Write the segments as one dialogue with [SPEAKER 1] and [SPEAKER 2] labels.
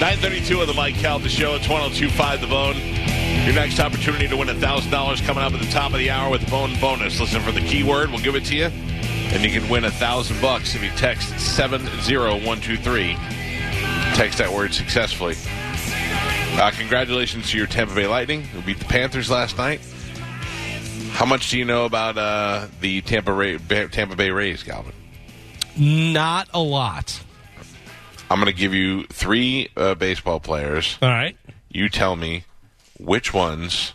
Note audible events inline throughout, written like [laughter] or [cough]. [SPEAKER 1] Nine thirty-two of the Mike Calda Show. It's one zero two five. The Bone. Your next opportunity to win thousand dollars coming up at the top of the hour with Bone Bonus. Listen for the keyword. We'll give it to you, and you can win a thousand bucks if you text seven zero one two three. Text that word successfully. Uh, congratulations to your Tampa Bay Lightning who beat the Panthers last night. How much do you know about uh, the Tampa, Ray, Tampa Bay Rays, Galvin?
[SPEAKER 2] Not a lot.
[SPEAKER 1] I'm going to give you three uh, baseball players.
[SPEAKER 2] All right.
[SPEAKER 1] You tell me which ones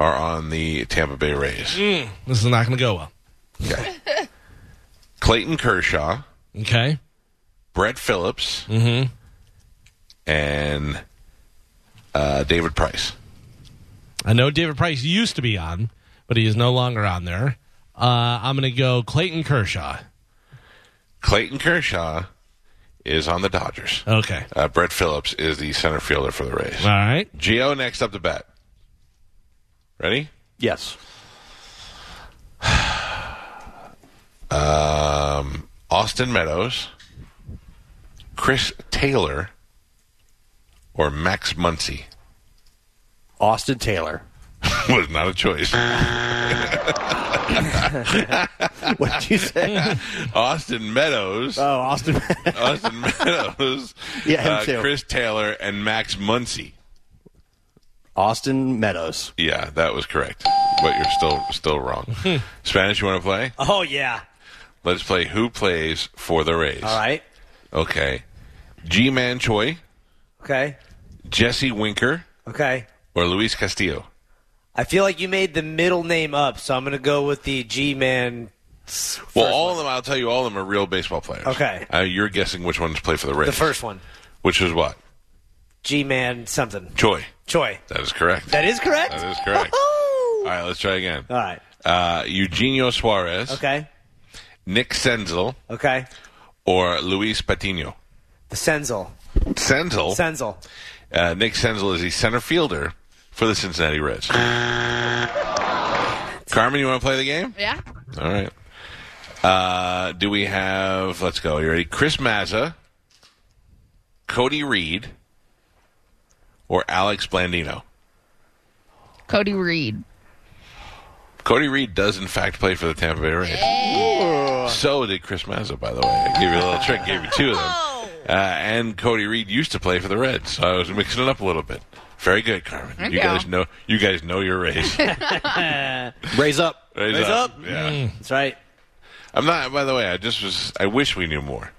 [SPEAKER 1] are on the Tampa Bay Rays.
[SPEAKER 2] This is not going to go well.
[SPEAKER 1] Okay. Clayton Kershaw,
[SPEAKER 2] Okay.
[SPEAKER 1] Brett Phillips, and uh, David Price.
[SPEAKER 2] I know David Price used to be on, but he is no longer on there. Uh, I'm going to go Clayton Kershaw.
[SPEAKER 1] Clayton Kershaw is on the Dodgers.
[SPEAKER 2] Okay.
[SPEAKER 1] Uh, Brett Phillips is the center fielder for the Rays.
[SPEAKER 2] All right.
[SPEAKER 1] Geo next up to bat. Ready?
[SPEAKER 3] Yes.
[SPEAKER 1] Um, Austin Meadows, Chris Taylor, or Max Muncy [laughs]
[SPEAKER 3] Austin Taylor. [laughs]
[SPEAKER 1] was not a choice.
[SPEAKER 3] What did
[SPEAKER 1] [laughs]
[SPEAKER 3] you say?
[SPEAKER 1] Austin Meadows,
[SPEAKER 3] oh, Austin. [laughs]
[SPEAKER 1] Austin Meadows,
[SPEAKER 3] Yeah, him
[SPEAKER 1] uh,
[SPEAKER 3] too.
[SPEAKER 1] Chris Taylor, and Max Muncy.
[SPEAKER 3] Austin Meadows.
[SPEAKER 1] Yeah, that was correct, but you're still still wrong.
[SPEAKER 3] Hmm.
[SPEAKER 1] Spanish, you want to play?
[SPEAKER 3] Oh yeah.
[SPEAKER 1] Let's play. Who plays for the Rays?
[SPEAKER 3] All right.
[SPEAKER 1] Okay. G Man Choi,
[SPEAKER 4] Okay.
[SPEAKER 1] Jesse Winker,
[SPEAKER 4] Okay.
[SPEAKER 1] or Luis Castillo.
[SPEAKER 4] I feel like you made the middle name up, so I'm going to go with the G Man.
[SPEAKER 1] Well, all of them, I'll tell you, all of them are real baseball players.
[SPEAKER 4] Okay.
[SPEAKER 1] Uh, you're guessing which ones play for the Rays.
[SPEAKER 4] The first one.
[SPEAKER 1] Which is what?
[SPEAKER 4] G Man something.
[SPEAKER 1] Choi.
[SPEAKER 4] Choi.
[SPEAKER 1] That is correct.
[SPEAKER 4] That is correct?
[SPEAKER 1] That is correct.
[SPEAKER 4] Woohoo!
[SPEAKER 1] all right, let's try again.
[SPEAKER 4] All right.
[SPEAKER 1] Uh, Eugenio Suarez,
[SPEAKER 4] Okay.
[SPEAKER 1] Nick Senzel,
[SPEAKER 4] Okay.
[SPEAKER 1] or Luis Patino.
[SPEAKER 4] The Senzel.
[SPEAKER 1] Senzel.
[SPEAKER 4] Senzel.
[SPEAKER 1] uh, Nick Senzel is the center fielder for the Cincinnati Reds. Carmen, you want to play the game?
[SPEAKER 5] Yeah.
[SPEAKER 1] All right. Uh, do we have? Let's go. You ready? Chris Mazza, Cody Reed, or Alex Blandino?
[SPEAKER 5] Cody Reed.
[SPEAKER 1] Cody Reed does in fact play for the Tampa Bay Rays. So did Chris Mazza, by the way. I gave you a little trick. Gave you two of them. Uh, and Cody Reed used to play for the Reds, so I was mixing it up a little bit. Very good, Carmen.
[SPEAKER 5] Thank
[SPEAKER 1] you
[SPEAKER 5] you.
[SPEAKER 1] guys know. You guys know your race.
[SPEAKER 3] Raise up.
[SPEAKER 1] Raise up. Yeah.
[SPEAKER 3] That's right.
[SPEAKER 1] I'm not. By the way, I just was. I wish we knew more.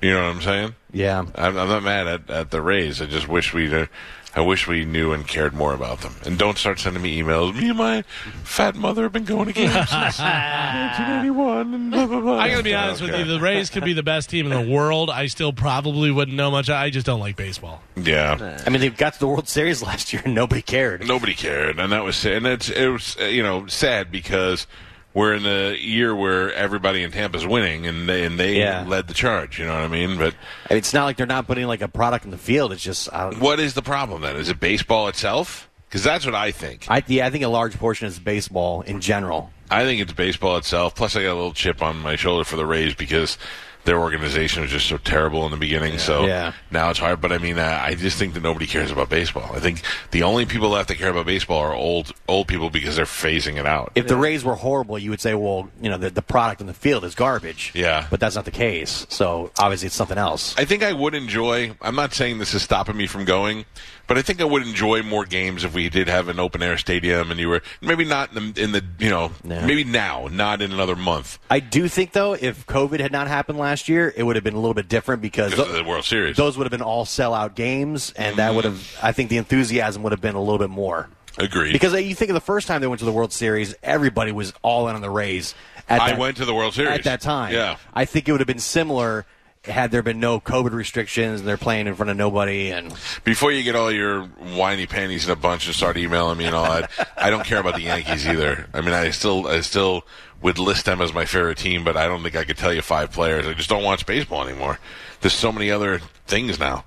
[SPEAKER 1] You know what I'm saying?
[SPEAKER 3] Yeah.
[SPEAKER 1] I'm, I'm not mad at, at the Rays. I just wish we, uh, I wish we knew and cared more about them. And don't start sending me emails. Me and my fat mother have been going to
[SPEAKER 2] [laughs]
[SPEAKER 1] games since 1981. And blah blah blah.
[SPEAKER 2] I gotta be honest with you. The Rays could be the best team in the world. I still probably wouldn't know much. I just don't like baseball.
[SPEAKER 1] yeah.
[SPEAKER 3] I mean, they got to the World Series last year and nobody cared.
[SPEAKER 1] Nobody cared, and that was sad. and it's it was uh, you know sad because we're in the year where everybody in Tampa's winning, and they, and they
[SPEAKER 3] Yeah.
[SPEAKER 1] led the charge. You know what I mean? But
[SPEAKER 3] I mean, it's not like they're not putting like a product in the field. It's just I don't.
[SPEAKER 1] what is the problem then? Is it baseball itself? Because that's what I think.
[SPEAKER 3] I yeah, I think a large portion is baseball in general.
[SPEAKER 1] I think it's baseball itself. Plus, I got a little chip on my shoulder for the Rays because their organization was just so terrible in the beginning. So
[SPEAKER 3] Yeah.
[SPEAKER 1] now it's hard. But I mean, uh, I just think that nobody cares about baseball. I think the only people left that care about baseball are old old people because they're phasing it out.
[SPEAKER 3] If the Rays were horrible, you would say, well, you know, the, the product in the field is garbage.
[SPEAKER 1] Yeah.
[SPEAKER 3] but that's not the case. So obviously, it's something else.
[SPEAKER 1] I think I would enjoy. I'm not saying this is stopping me from going, but I think I would enjoy more games if we did have an open air stadium and you were maybe not in the, in the you know
[SPEAKER 3] Yeah.
[SPEAKER 1] maybe now, not in another month
[SPEAKER 3] I do think though, if COVID had not happened last year, it would have been a little bit different because
[SPEAKER 1] because of the Mm. World Series.
[SPEAKER 3] those would have been all sellout games, and that would have. I think the enthusiasm would have been a little bit more.
[SPEAKER 1] Agreed.
[SPEAKER 3] Because uh, you think of the first time they went to the World Series, everybody was all in on the Rays, At
[SPEAKER 1] I
[SPEAKER 3] that-
[SPEAKER 1] went to the World Series
[SPEAKER 3] at that time.
[SPEAKER 1] Yeah,
[SPEAKER 3] I think it would have been similar had there been no COVID restrictions and they're playing in front of nobody. And
[SPEAKER 1] Before you get all your whiny panties in a bunch and start emailing me and all that, I don't care about the Yankees either. I mean, I still, I still would list them as my favorite team, but I don't think I could tell you five players. I just don't watch baseball anymore. There's so many other things now.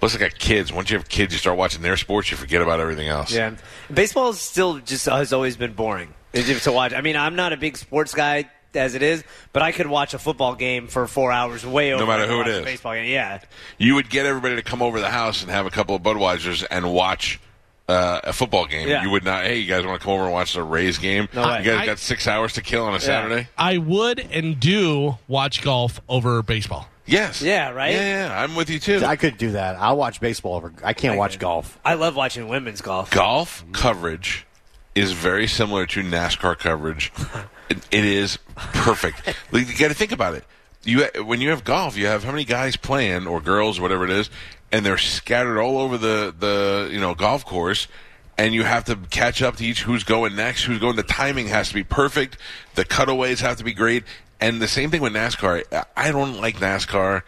[SPEAKER 1] Plus, I got kids. Once you have kids, you start watching their sports, you forget about everything else.
[SPEAKER 4] Yeah, baseball is still just has always been boring It's to watch. I mean, I'm not a big sports guy as it is, but I could watch a football game for four hours way over.
[SPEAKER 1] matter
[SPEAKER 4] than
[SPEAKER 1] who it
[SPEAKER 4] watch a
[SPEAKER 1] is.
[SPEAKER 4] baseball game. Yeah,
[SPEAKER 1] You would get everybody to come over to the house and have a couple of Budweisers and watch. Uh, a football game.
[SPEAKER 4] Yeah.
[SPEAKER 1] You would not. Hey, you guys want to come over and watch the Rays game?
[SPEAKER 4] No way.
[SPEAKER 1] You guys
[SPEAKER 2] I-
[SPEAKER 1] got six hours to kill on a Saturday.
[SPEAKER 2] I would and do watch golf over baseball.
[SPEAKER 1] Yes.
[SPEAKER 4] Yeah, right?
[SPEAKER 1] Yeah, yeah. I'm with you too.
[SPEAKER 3] I could do that. I'll watch baseball. Over, I can't watch golf.
[SPEAKER 4] I love watching women's golf.
[SPEAKER 1] golf coverage is very similar to NASCAR coverage. it, it is perfect. Like, you got to think about it. You when you have golf, you have how many guys playing or girls or whatever it is, and they're scattered all over the the you know golf course. And you have to catch up to each who's going next, who's going. The timing has to be perfect. The cutaways have to be great. And the same thing with NASCAR. I- I don't like NASCAR.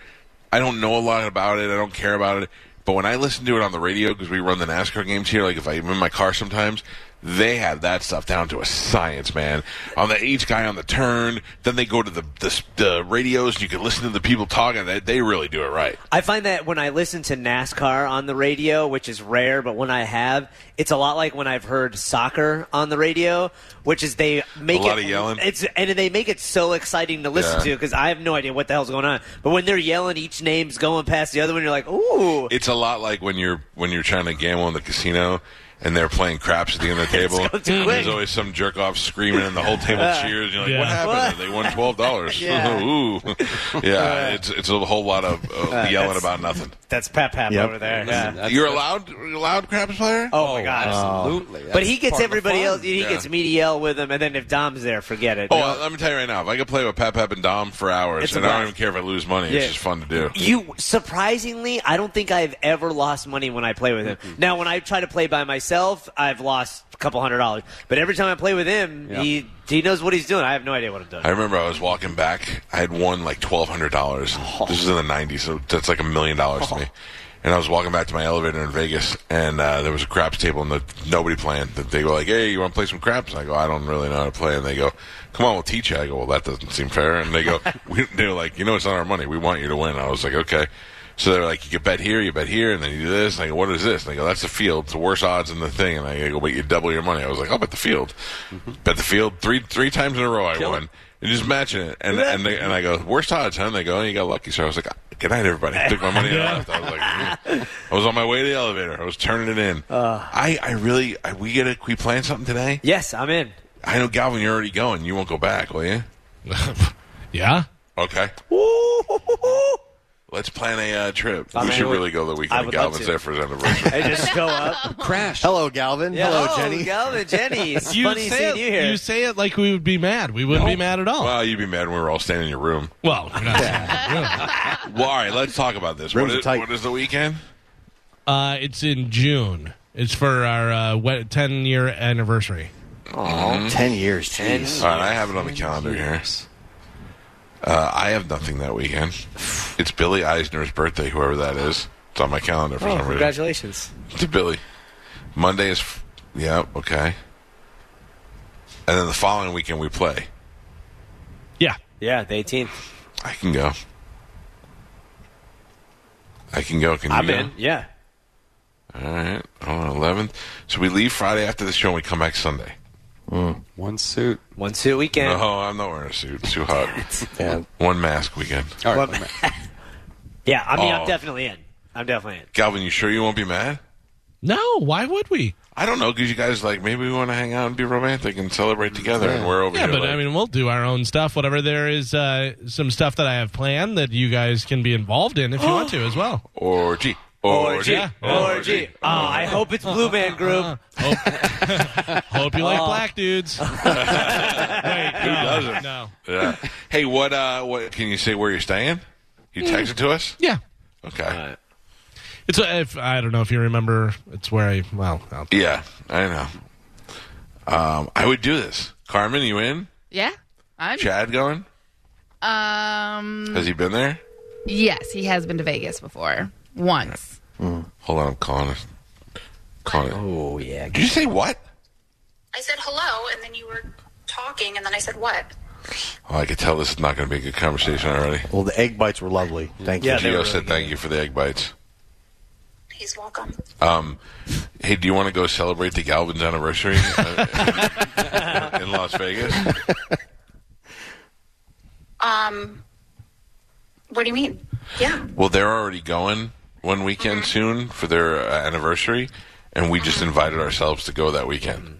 [SPEAKER 1] I don't know a lot about it. I don't care about it. But when I listen to it on the radio, because we run the NASCAR games here, like if I'm in my car sometimes, they have that stuff down to a science, man. On the each guy on the turn, then they go to the the, the radios, and you can listen to the people talking. They, they really do it right.
[SPEAKER 4] I find that when I listen to NASCAR on the radio, which is rare, but when I have, it's a lot like when I've heard soccer on the radio, which is they make
[SPEAKER 1] A lot
[SPEAKER 4] it
[SPEAKER 1] of yelling.
[SPEAKER 4] It's and they make it so exciting to listen
[SPEAKER 1] Yeah.
[SPEAKER 4] to because I have no idea what the hell's going on. But when they're yelling, each name's going past the other one. You're like, ooh,
[SPEAKER 1] It's a lot like when you're when you're trying to gamble in the casino. And they're playing craps at the end
[SPEAKER 4] [laughs]
[SPEAKER 1] of the table.
[SPEAKER 4] It's going too
[SPEAKER 1] And
[SPEAKER 4] quick.
[SPEAKER 1] There's always some jerk off screaming, and the whole table cheers. You're like,
[SPEAKER 2] Yeah.
[SPEAKER 1] "What happened? They won twelve dollars."
[SPEAKER 4] [laughs]
[SPEAKER 1] [laughs]
[SPEAKER 4] Yeah.
[SPEAKER 1] Ooh, yeah. It's it's a whole lot of uh, yelling about nothing.
[SPEAKER 4] that's Pep Pap
[SPEAKER 3] Yep.
[SPEAKER 4] over there.
[SPEAKER 3] Yeah.
[SPEAKER 4] Yeah.
[SPEAKER 6] That's-
[SPEAKER 1] You're a
[SPEAKER 6] that's-
[SPEAKER 1] loud, you're a loud craps player.
[SPEAKER 4] Oh my god.
[SPEAKER 6] Absolutely.
[SPEAKER 4] But
[SPEAKER 6] That's
[SPEAKER 4] he gets
[SPEAKER 6] part of the
[SPEAKER 4] everybody
[SPEAKER 6] fun.
[SPEAKER 4] else. He gets Meaty L with him, and then if Dom's there, forget it.
[SPEAKER 1] Oh, I- let me tell you right now, if I could play with Pep Pep and Dom for hours,
[SPEAKER 4] It's a
[SPEAKER 1] and I don't
[SPEAKER 4] blast.
[SPEAKER 1] even care if I lose money,
[SPEAKER 4] Yeah.
[SPEAKER 1] it's just fun to do.
[SPEAKER 4] You surprisingly, I don't think I've ever lost money when I play with him. Now, when I try to play by myself, I've lost a couple hundred dollars. But every time I play with him, he he knows what he's doing. I have no idea what I'm doing.
[SPEAKER 1] I remember I was walking back. I had won like twelve hundred dollars. This is in the nineties, so that's like a million dollars to me. And I was walking back to my elevator in Vegas, and uh, there was a craps table, and the, nobody playing. They go like, "Hey, you want to play some craps?" And I go, "I don't really know how to play." And they go, "Come on, we'll teach you." I go, "Well, that doesn't seem fair." And they go, [laughs] we, "They're like, you know, it's not our money. We want you to win." I was like, "Okay." So they're like, "You can bet here, you bet here, and then you do this." And I go, "What is this?" And they go, "That's the field. It's the worst odds in the thing." And I go, "But you double your money." I was like, "I'll bet the field."
[SPEAKER 4] Mm-hmm.
[SPEAKER 1] Bet the field three three times in a row. I won. And just matching it. And and, they, and I go, worst odds, huh? And they go, oh, you got lucky. So I was like, good night, everybody. I took my money and left. I was like, mm. I was on my way to the elevator. I was turning it in.
[SPEAKER 4] Uh.
[SPEAKER 1] I, I really, I, we get a, we plan something today?
[SPEAKER 4] yes, I'm in.
[SPEAKER 1] I know, Galvin, you're already going. You won't go back, will you?
[SPEAKER 2] yeah.
[SPEAKER 1] Okay. Let's plan a uh, trip.
[SPEAKER 4] I
[SPEAKER 1] we
[SPEAKER 4] mean,
[SPEAKER 1] should
[SPEAKER 4] I would-
[SPEAKER 1] really go the
[SPEAKER 4] I
[SPEAKER 1] weekend.
[SPEAKER 4] would love
[SPEAKER 1] Galvin's
[SPEAKER 4] to.
[SPEAKER 1] there for his
[SPEAKER 4] [laughs]
[SPEAKER 1] anniversary.
[SPEAKER 4] I just go up.
[SPEAKER 6] Crash.
[SPEAKER 3] Hello, Galvin. Hello, Jenny.
[SPEAKER 4] Galvin, Jenny. It's funny seeing
[SPEAKER 2] it,
[SPEAKER 4] you here.
[SPEAKER 2] say it like we would be mad. We wouldn't be mad at all.
[SPEAKER 1] well, you'd be mad when we were all standing in your room.
[SPEAKER 2] Well, we're not
[SPEAKER 4] [laughs]
[SPEAKER 2] saying that.
[SPEAKER 1] Well, all right, let's talk about this.
[SPEAKER 3] Rooms
[SPEAKER 1] What
[SPEAKER 3] are
[SPEAKER 1] is,
[SPEAKER 3] tight.
[SPEAKER 1] what is the weekend?
[SPEAKER 2] uh, it's in June. It's for our uh, ten year anniversary.
[SPEAKER 3] Mm-hmm. Ten years. Jeez.
[SPEAKER 1] All right, I have it on the calendar here. Uh, I have nothing that weekend. It's Billy Eisner's birthday, whoever that is. It's on my calendar for some reason.
[SPEAKER 4] Oh, congratulations.
[SPEAKER 1] To Billy. Monday is, f- yeah, okay. And then the following weekend we play.
[SPEAKER 2] Yeah.
[SPEAKER 4] Yeah, the 18th.
[SPEAKER 1] I can go. I can go. Can you
[SPEAKER 4] I'm
[SPEAKER 1] go?
[SPEAKER 4] in. Yeah.
[SPEAKER 1] All right. Hold on. Eleventh. So we leave Friday after the show and we come back Sunday.
[SPEAKER 6] One suit.
[SPEAKER 4] One two weekend.
[SPEAKER 1] No, I'm not wearing a suit. It's too [laughs] hot.
[SPEAKER 3] Yeah.
[SPEAKER 1] One mask weekend.
[SPEAKER 6] All right. I'm back.
[SPEAKER 4] Yeah, I mean,
[SPEAKER 1] Oh.
[SPEAKER 4] I'm definitely in. I'm definitely in.
[SPEAKER 1] Galvin, you sure you won't be mad?
[SPEAKER 2] No. Why would we?
[SPEAKER 1] I don't know because you guys like maybe we want to hang out and be romantic and celebrate together, and we're over
[SPEAKER 2] Yeah,
[SPEAKER 1] here.
[SPEAKER 2] but
[SPEAKER 1] like-
[SPEAKER 2] I mean, we'll do our own stuff. Whatever there is, uh, some stuff that I have planned that you guys can be involved in if you want to as well.
[SPEAKER 1] orgy, orgy,
[SPEAKER 2] Yeah.
[SPEAKER 4] Orgy. Oh, I hope it's Blue Band Group.
[SPEAKER 2] Hope, [gasps] hope you like black dudes. [laughs] Wait, no,
[SPEAKER 1] doesn't?
[SPEAKER 2] No.
[SPEAKER 1] Yeah. [laughs] Hey, what? Uh, what? Can you say where you're staying? You text it to us.
[SPEAKER 2] Yeah.
[SPEAKER 1] Okay.
[SPEAKER 2] It's uh, if I don't know if you remember. It's where I well. I'll,
[SPEAKER 1] Yeah, I know. Um, I would do this. Carmen, you in?
[SPEAKER 5] Yeah. I'm
[SPEAKER 1] Chad going?
[SPEAKER 5] um
[SPEAKER 1] Has he been there?
[SPEAKER 5] yes, he has been to Vegas before. Once.
[SPEAKER 1] Hold on, I'm calling it. Calling it.
[SPEAKER 4] Oh yeah.
[SPEAKER 1] Did you say what?
[SPEAKER 7] I said hello, and then you were talking, and then I said what?
[SPEAKER 1] Oh, I could tell this is not going to be a good conversation already.
[SPEAKER 3] Well, the egg bites were lovely. Thank
[SPEAKER 4] Yeah,
[SPEAKER 3] you.
[SPEAKER 4] they
[SPEAKER 1] Gio
[SPEAKER 4] were
[SPEAKER 1] said
[SPEAKER 4] really
[SPEAKER 1] thank you for the egg bites.
[SPEAKER 7] He's welcome.
[SPEAKER 1] Um, hey, do you want to go celebrate the Galvin's anniversary uh,
[SPEAKER 2] [laughs]
[SPEAKER 1] in Las Vegas?
[SPEAKER 7] Um, what do you mean? Yeah.
[SPEAKER 1] Well, they're already going one weekend
[SPEAKER 2] Mm-hmm.
[SPEAKER 1] soon for their uh, anniversary, and we just invited ourselves to go that weekend.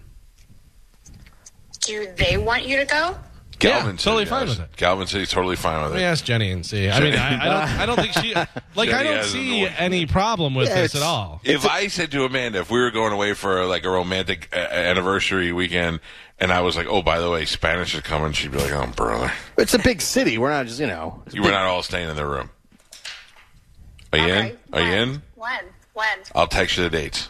[SPEAKER 7] Do they want you to go?
[SPEAKER 1] Galvin
[SPEAKER 2] Yeah,
[SPEAKER 1] said
[SPEAKER 2] totally fine
[SPEAKER 1] yes.
[SPEAKER 2] with it.
[SPEAKER 1] Galvin said he's totally fine with
[SPEAKER 2] Let
[SPEAKER 1] it.
[SPEAKER 2] me ask Jenny and see. I mean, I, I don't. I don't think she. Like, I
[SPEAKER 1] Jenny
[SPEAKER 2] don't
[SPEAKER 1] has an
[SPEAKER 2] see
[SPEAKER 1] annoying-
[SPEAKER 2] any problem with this at
[SPEAKER 3] it's-
[SPEAKER 2] all.
[SPEAKER 1] If I said to Amanda, if we were going away for like a romantic uh, anniversary weekend, and I was like, "Oh, by the way, Spanish is coming," she'd be like, "Oh, brother,
[SPEAKER 3] It's a big city. We're not just, you know. it's a
[SPEAKER 1] you were
[SPEAKER 3] big-
[SPEAKER 1] not all staying in the room." Are you
[SPEAKER 7] Okay.
[SPEAKER 1] in? Are you
[SPEAKER 7] When?
[SPEAKER 1] in?
[SPEAKER 7] When? When?
[SPEAKER 1] I'll text you the dates.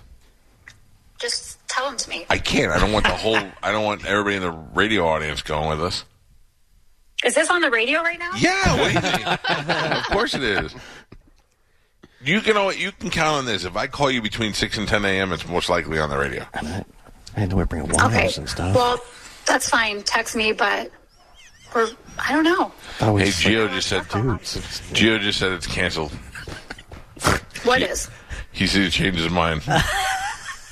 [SPEAKER 7] Just tell them to me.
[SPEAKER 1] I can't. I don't want the whole. I don't want everybody in the radio audience going with us.
[SPEAKER 7] Is this on the radio right now?
[SPEAKER 1] Yeah, what do you think? [laughs] of course it is. You can al- you can count on this. If I call you between six and ten a.m., it's most likely on the radio.
[SPEAKER 3] I had to bring wines
[SPEAKER 7] Okay.
[SPEAKER 3] and stuff.
[SPEAKER 7] Well, that's fine. Text me, but or I don't know.
[SPEAKER 3] I was
[SPEAKER 1] Hey,
[SPEAKER 3] just like,
[SPEAKER 1] Gio just said. Gio just said it's canceled.
[SPEAKER 7] What is?
[SPEAKER 1] He said he changed his mind.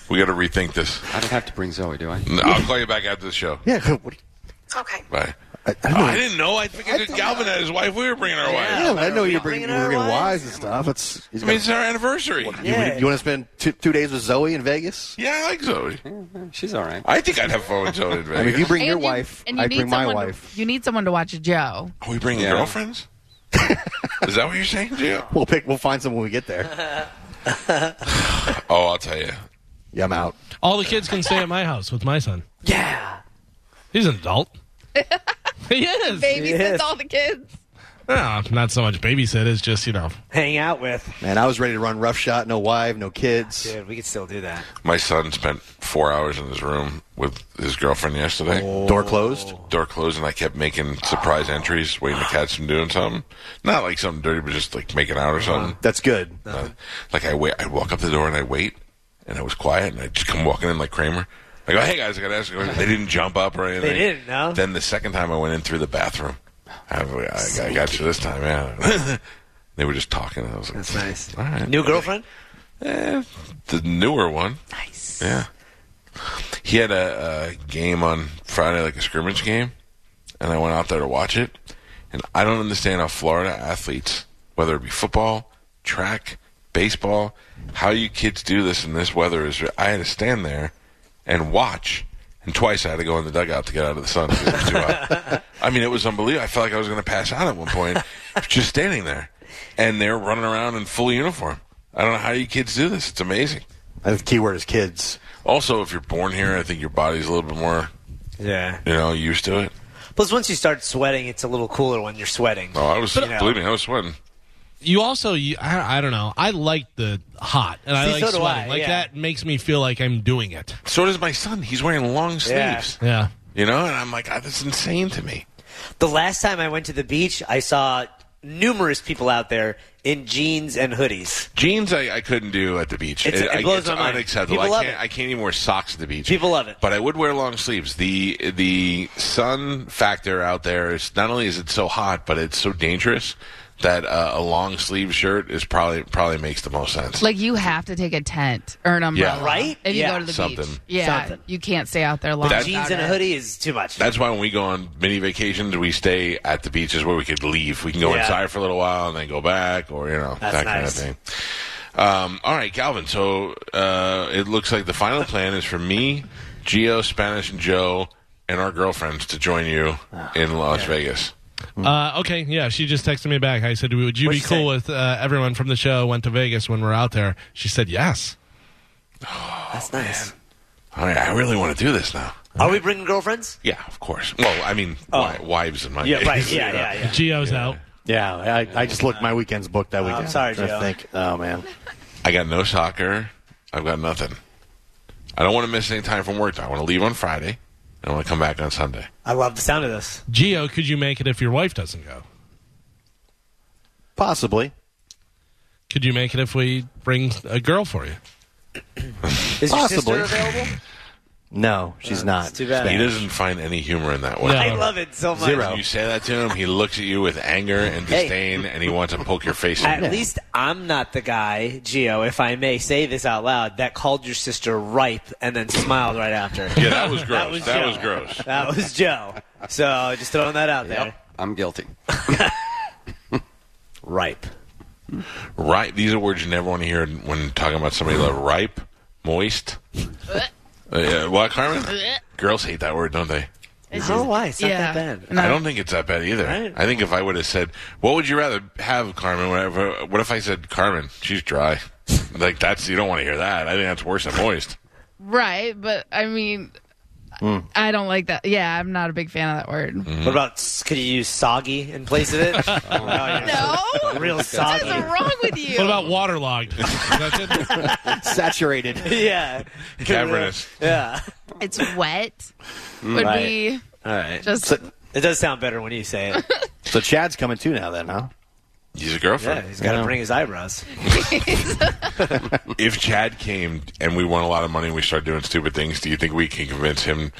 [SPEAKER 1] we got to rethink this.
[SPEAKER 6] I don't have to bring Zoe, do I?
[SPEAKER 1] No, I'll call you back after the show.
[SPEAKER 3] yeah, what,
[SPEAKER 7] Okay.
[SPEAKER 1] Bye.
[SPEAKER 3] I, I,
[SPEAKER 1] Oh,
[SPEAKER 3] know,
[SPEAKER 1] I didn't know. I figured that Galvin had his wife. We were bringing our wife.
[SPEAKER 3] yeah, I know you're bringing,
[SPEAKER 4] Bringing
[SPEAKER 3] you're bringing
[SPEAKER 4] our
[SPEAKER 3] wines and stuff. It's, he's
[SPEAKER 1] I mean,
[SPEAKER 3] got-
[SPEAKER 1] it's our anniversary.
[SPEAKER 3] you, you want to spend two, two days with Zoe in Vegas?
[SPEAKER 1] Yeah, I like Zoe.
[SPEAKER 6] She's all right.
[SPEAKER 1] [laughs] I think I'd have fun with Zoe in Vegas.
[SPEAKER 3] I mean, if you bring your
[SPEAKER 5] And you-
[SPEAKER 3] wife,
[SPEAKER 5] and you
[SPEAKER 3] I
[SPEAKER 5] need
[SPEAKER 3] bring my
[SPEAKER 5] someone to-
[SPEAKER 3] wife.
[SPEAKER 5] you need someone to watch Joe.
[SPEAKER 1] Are we bringing
[SPEAKER 6] Yeah.
[SPEAKER 1] girlfriends? Is that what you're saying, Gio?
[SPEAKER 3] We'll pick. We'll find someone when we get
[SPEAKER 5] [laughs]
[SPEAKER 3] there.
[SPEAKER 1] [laughs] Oh, I'll tell you.
[SPEAKER 3] Yeah, I'm out.
[SPEAKER 2] All the kids can stay at my house with my son.
[SPEAKER 4] Yeah.
[SPEAKER 2] He's an
[SPEAKER 4] [laughs]
[SPEAKER 2] adult. he is.
[SPEAKER 5] Baby
[SPEAKER 4] Yes.
[SPEAKER 5] sits all the kids.
[SPEAKER 2] No, not so much babysit. It's just you know.
[SPEAKER 4] Hang out with.
[SPEAKER 3] Man, I was ready to run rough shot. No wife, no kids.
[SPEAKER 4] Dude, we could still do that.
[SPEAKER 1] My son spent four hours in his room with his girlfriend yesterday.
[SPEAKER 3] Door closed.
[SPEAKER 1] Door closed, and I kept making surprise entries, waiting to catch him doing something. Not like something dirty, but just like making out or something.
[SPEAKER 3] That's good.
[SPEAKER 1] Uh, like I wait, I walk up the door and I wait, and I was quiet, and I just come walking in like Kramer. I go, "Hey guys, I got to ask." you a question." They didn't jump up or anything.
[SPEAKER 4] didn't, no?
[SPEAKER 1] Then the second time I went in through the bathroom, I, I, I got you this time. Yeah, [laughs] they were just talking. And I was like,
[SPEAKER 4] That's nice.
[SPEAKER 1] All right.
[SPEAKER 4] New girlfriend?
[SPEAKER 1] Eh, the newer one. Nice. Yeah. He had a, a game on Friday, like a scrimmage game, and I went out there to watch it. And I don't understand how Florida athletes, whether it be football, track, baseball, how you kids do this in this weather is. I had to stand there and watch. And twice I had to go in the dugout to get out of the sun. 'cause it was too hot. I mean, it was unbelievable. I felt like I was going to pass out at one point just standing there. And they're running around in full uniform. I don't know how you kids do this. It's amazing.
[SPEAKER 3] I think the key word is kids.
[SPEAKER 1] Also, if you're born here, I think your body's a little bit more,
[SPEAKER 4] Yeah.
[SPEAKER 1] you know, used to it.
[SPEAKER 4] Plus, once you start sweating, it's a little cooler when you're sweating.
[SPEAKER 1] Oh, I was,
[SPEAKER 4] But-
[SPEAKER 1] believe me, I was sweating.
[SPEAKER 2] You also, you, I, I don't know. I like the hot, and I
[SPEAKER 4] See,
[SPEAKER 2] like
[SPEAKER 4] so do
[SPEAKER 2] sweating.
[SPEAKER 4] I,
[SPEAKER 2] like
[SPEAKER 4] yeah.
[SPEAKER 2] that makes me feel like I'm doing it.
[SPEAKER 1] So does my son. He's wearing long
[SPEAKER 4] Yeah.
[SPEAKER 1] sleeves,
[SPEAKER 2] Yeah.
[SPEAKER 1] you know, and I'm like, ah, that's insane to me.
[SPEAKER 4] The last time I went to the beach, I saw numerous people out there in jeans and hoodies.
[SPEAKER 1] Jeans, I, I couldn't do at the beach.
[SPEAKER 4] It's- it
[SPEAKER 1] I-
[SPEAKER 4] blows
[SPEAKER 1] it's
[SPEAKER 4] my mind.
[SPEAKER 1] unacceptable.
[SPEAKER 4] People
[SPEAKER 1] I
[SPEAKER 4] love
[SPEAKER 1] can't,
[SPEAKER 4] it.
[SPEAKER 1] I can't even wear socks at the beach.
[SPEAKER 4] People love it.
[SPEAKER 1] But I would wear long sleeves. The the sun factor out there is not only is it so hot, but it's so dangerous that uh, a long sleeve shirt is probably probably makes the most sense.
[SPEAKER 5] Like you have to take a tent or an umbrella,
[SPEAKER 4] Right?
[SPEAKER 5] If you
[SPEAKER 4] Yeah.
[SPEAKER 5] go to the
[SPEAKER 1] Something.
[SPEAKER 5] beach, yeah,
[SPEAKER 4] Something.
[SPEAKER 5] you can't stay out there long.
[SPEAKER 1] That-
[SPEAKER 4] jeans
[SPEAKER 5] without
[SPEAKER 4] and a
[SPEAKER 5] it.
[SPEAKER 4] hoodie is too much.
[SPEAKER 1] That's why when we go on mini vacations, we stay at the beaches where we could leave. We can go
[SPEAKER 4] Yeah.
[SPEAKER 1] inside for a little while and then go back, or you know
[SPEAKER 4] That's
[SPEAKER 1] that
[SPEAKER 4] nice.
[SPEAKER 1] kind of thing. Um, all right, Calvin. So uh, it looks like the final plan is for me, Geo, Spanish, and Joe, and our girlfriends to join you
[SPEAKER 4] Ah,
[SPEAKER 1] in Las Vegas.
[SPEAKER 2] Uh, okay. Yeah. She just texted me back. I said, "Would you
[SPEAKER 4] Hmm. What'd
[SPEAKER 2] be
[SPEAKER 4] she
[SPEAKER 2] cool
[SPEAKER 4] say?
[SPEAKER 2] with uh, everyone from the show went to Vegas when we're out there?" She said, "Yes."
[SPEAKER 4] That's nice.
[SPEAKER 1] All right, I really want to do this now.
[SPEAKER 4] Are we bringing girlfriends?
[SPEAKER 1] Yeah, of course. Well, I mean, wi- wives in my
[SPEAKER 4] Oh. Yeah,
[SPEAKER 1] case, [laughs]
[SPEAKER 4] right. Yeah,
[SPEAKER 1] you know.
[SPEAKER 4] yeah, yeah.
[SPEAKER 2] Geo's out.
[SPEAKER 3] Yeah, I, I just looked. My weekend's booked that weekend.
[SPEAKER 4] sorry,
[SPEAKER 3] Trying to
[SPEAKER 4] Gio.
[SPEAKER 3] think. Oh man,
[SPEAKER 1] I got no soccer. I've got nothing. I don't want to miss any time from work. I want to leave on Friday. And we'll come back on Sunday.
[SPEAKER 4] I love the sound of this.
[SPEAKER 2] Geo, could you make it if your wife doesn't go?
[SPEAKER 3] Possibly.
[SPEAKER 2] Could you make it if we bring a girl for you?
[SPEAKER 4] Is
[SPEAKER 3] Possibly.
[SPEAKER 4] your sister available?
[SPEAKER 3] No, she's not.
[SPEAKER 4] too bad.
[SPEAKER 1] He doesn't find any humor in that one.
[SPEAKER 2] No.
[SPEAKER 4] I love it so much.
[SPEAKER 1] When you say that to him, he looks at you with anger and
[SPEAKER 4] Hey.
[SPEAKER 1] disdain, and he wants to poke your face.
[SPEAKER 4] At
[SPEAKER 1] in.
[SPEAKER 4] least I'm not the guy, Geo, if I may say this out loud, that called your sister ripe and then smiled right after. [laughs]
[SPEAKER 1] yeah, that was gross. That was,
[SPEAKER 4] was Joe.
[SPEAKER 1] gross.
[SPEAKER 4] That was Joe. So just throwing that out there.
[SPEAKER 6] I'm guilty.
[SPEAKER 4] Ripe.
[SPEAKER 1] Ripe. These are words you never want to hear when talking about somebody like ripe, moist. Uh, yeah, what, Carmen? Girls hate that word, don't they?
[SPEAKER 4] I don't know Oh, why. It's not
[SPEAKER 5] yeah.
[SPEAKER 4] that bad.
[SPEAKER 5] No.
[SPEAKER 1] I don't think it's that bad either.
[SPEAKER 4] Right.
[SPEAKER 1] I think if I would have said, "What would you rather have, Carmen?" Whatever. What if I said, "Carmen, she's dry." [laughs] like that's you don't want to hear that. I think that's worse than moist.
[SPEAKER 5] Right, but I mean, I don't like that. Yeah, I'm not a big fan of that word.
[SPEAKER 4] What about, s- could you use soggy in place of it? Mm-hmm. [laughs] oh, yeah.
[SPEAKER 5] No,
[SPEAKER 4] Real
[SPEAKER 5] what is
[SPEAKER 4] soggy.
[SPEAKER 5] wrong [laughs] with you?
[SPEAKER 2] What about waterlogged? That's it.
[SPEAKER 5] [laughs]
[SPEAKER 3] Saturated.
[SPEAKER 4] [laughs] yeah.
[SPEAKER 1] Cavernous.
[SPEAKER 4] Yeah.
[SPEAKER 5] it's wet? Would
[SPEAKER 4] Right.
[SPEAKER 5] be
[SPEAKER 4] All right.
[SPEAKER 5] just
[SPEAKER 4] It does sound better when you say
[SPEAKER 5] [laughs]
[SPEAKER 4] it.
[SPEAKER 3] So Chad's coming too now, then, huh?
[SPEAKER 1] He's a
[SPEAKER 4] Yeah,
[SPEAKER 1] girlfriend.
[SPEAKER 4] he's got to
[SPEAKER 3] Yeah.
[SPEAKER 4] bring his eyebrows.
[SPEAKER 1] If Chad came and we won a lot of money and we start doing stupid things, do you think we can convince him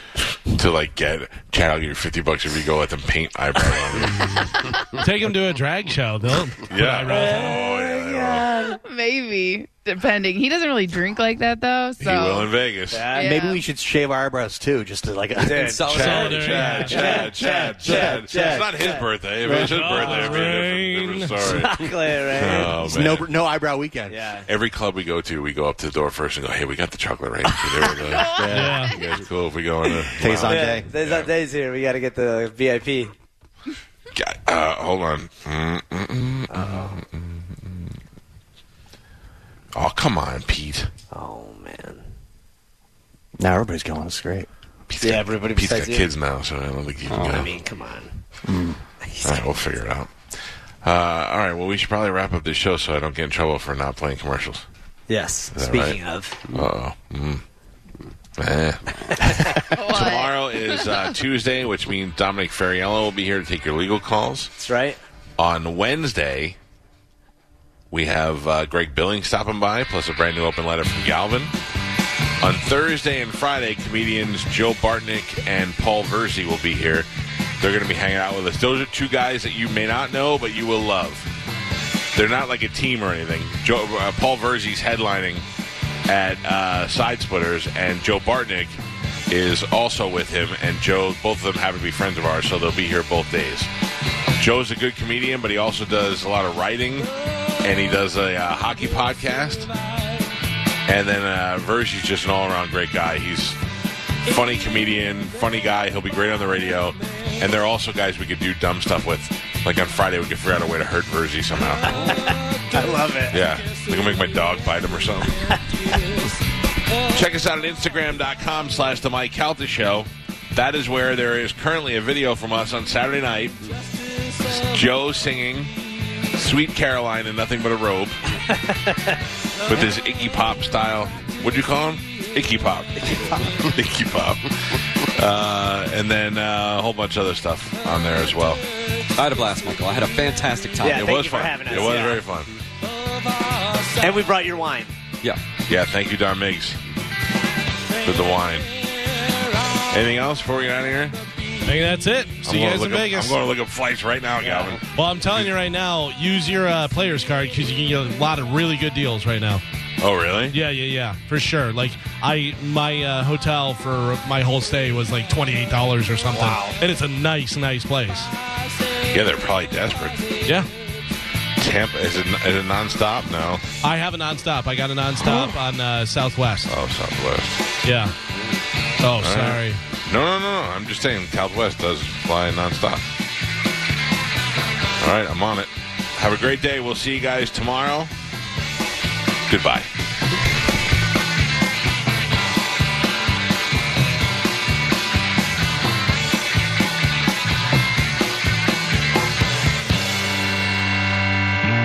[SPEAKER 1] to like get Chad? I'll give you fifty bucks if you go let them paint eyebrows on you.
[SPEAKER 2] Take him to a drag show. They'll put
[SPEAKER 1] [laughs] Yeah.
[SPEAKER 2] eyebrows on.
[SPEAKER 1] Oh, yeah.
[SPEAKER 5] maybe depending. He doesn't really drink like that though,
[SPEAKER 1] He will
[SPEAKER 5] so
[SPEAKER 1] in Vegas.
[SPEAKER 4] Yeah.
[SPEAKER 5] Yeah.
[SPEAKER 3] Maybe we should shave our eyebrows too, just to like. [laughs]
[SPEAKER 4] Dude,
[SPEAKER 1] Chad,
[SPEAKER 2] Solidarity.
[SPEAKER 1] Chad, Chad, Chad, Chad, It's not his birthday. If it was his birthday, it'd be a different, different story.
[SPEAKER 4] [laughs]
[SPEAKER 1] [laughs]
[SPEAKER 4] Chocolate, right?
[SPEAKER 1] Oh,
[SPEAKER 3] It's
[SPEAKER 1] man.
[SPEAKER 3] no, no eyebrow weekend.
[SPEAKER 4] Yeah.
[SPEAKER 1] Every club we go to, we go up to the door first and go, "Hey, we got the chocolate right." There we [laughs] go.
[SPEAKER 2] Yeah.
[SPEAKER 1] You guys cool if we go on a
[SPEAKER 3] Tastes on
[SPEAKER 4] Yeah,
[SPEAKER 3] day.
[SPEAKER 4] there's not days here. We got to get the VIP.
[SPEAKER 1] Uh, hold on. Mm, mm, mm, mm, mm. Oh, come on, Pete.
[SPEAKER 4] Oh man.
[SPEAKER 3] Now everybody's going. It's great.
[SPEAKER 1] Pete's
[SPEAKER 4] Yeah,
[SPEAKER 1] got-
[SPEAKER 4] everybody
[SPEAKER 1] Pete's got
[SPEAKER 4] besides you. Oh,
[SPEAKER 1] kids now, so I don't think he can go.
[SPEAKER 4] I mean, come on.
[SPEAKER 1] all right, we'll figure it out. Uh, all right, well, we should probably wrap up this show so I don't get in trouble for not playing commercials.
[SPEAKER 4] Yes.
[SPEAKER 1] that
[SPEAKER 4] Speaking of,
[SPEAKER 1] Uh-oh. Mm. Eh.
[SPEAKER 5] what?
[SPEAKER 1] Tomorrow is uh, Tuesday, which means Dominic Ferriello will be here to take your legal calls.
[SPEAKER 4] that's right.
[SPEAKER 1] On Wednesday, we have uh, Greg Billings stopping by, plus a brand new open letter from Galvin. On Thursday and Friday, comedians Joe Bartnick and Paul Verzi will be here. They're going to be hanging out with us. Those are two guys that you may not know, but you will love. They're not like a team or anything. Joe, uh, Paul Verzi's headlining at uh, Side Splitters, and Joe Bartnick is also with him. And Joe, both of them happen to be friends of ours, so they'll be here both days. Joe's a good comedian, but he also does a lot of writing, and he does a uh, hockey podcast. And then uh, Verzi's just an all-around great guy. He's funny comedian, funny guy. He'll be great on the radio. And there are also guys we could do dumb stuff with. Like on Friday, we could figure out a way to hurt Verzi somehow.
[SPEAKER 4] [laughs] I love it.
[SPEAKER 1] Yeah. We can make my dog bite him or something. Check us out at Instagram.com slash The Mike Calta Show. That is where there is currently a video from us on Saturday night. Joe singing Sweet Caroline and Nothing But a Robe
[SPEAKER 4] [laughs]
[SPEAKER 1] with his Icky Pop style. What'd you call him? Icky Pop. [laughs] Icky Pop. Uh, and then uh, a whole bunch of other stuff on there as well.
[SPEAKER 6] I had a blast, Michael. I had a fantastic time.
[SPEAKER 4] Yeah,
[SPEAKER 1] It
[SPEAKER 4] thank
[SPEAKER 1] was
[SPEAKER 4] you for
[SPEAKER 1] fun.
[SPEAKER 4] having us,
[SPEAKER 1] It was
[SPEAKER 4] yeah.
[SPEAKER 1] very fun.
[SPEAKER 4] And we brought your wine.
[SPEAKER 6] yeah.
[SPEAKER 1] Yeah, thank you, Don Miggs, for the wine. Anything else before we get out of here?
[SPEAKER 2] I think that's it. See you guys in
[SPEAKER 1] I'm gonna look up-
[SPEAKER 2] Vegas.
[SPEAKER 1] I'm going to look up flights right now, Galvin.
[SPEAKER 2] well, I'm telling you right now, use your uh, player's card because you can get a lot of really good deals right now.
[SPEAKER 1] Oh, really?
[SPEAKER 2] Yeah, yeah, yeah, for sure. Like I, my uh, hotel for my whole stay was like twenty eight dollars or something,
[SPEAKER 4] Wow.
[SPEAKER 2] and it's a nice, nice place.
[SPEAKER 1] Yeah, they're probably desperate.
[SPEAKER 2] Yeah,
[SPEAKER 1] Tampa is it, is it nonstop? No.
[SPEAKER 2] I have a nonstop. I got a nonstop on uh, Southwest.
[SPEAKER 1] Oh, Southwest.
[SPEAKER 2] Yeah. Oh, sorry.
[SPEAKER 1] No, no, no, no. I'm just saying Southwest does fly nonstop. All right, I'm on it. Have a great day. We'll see you guys tomorrow. Goodbye.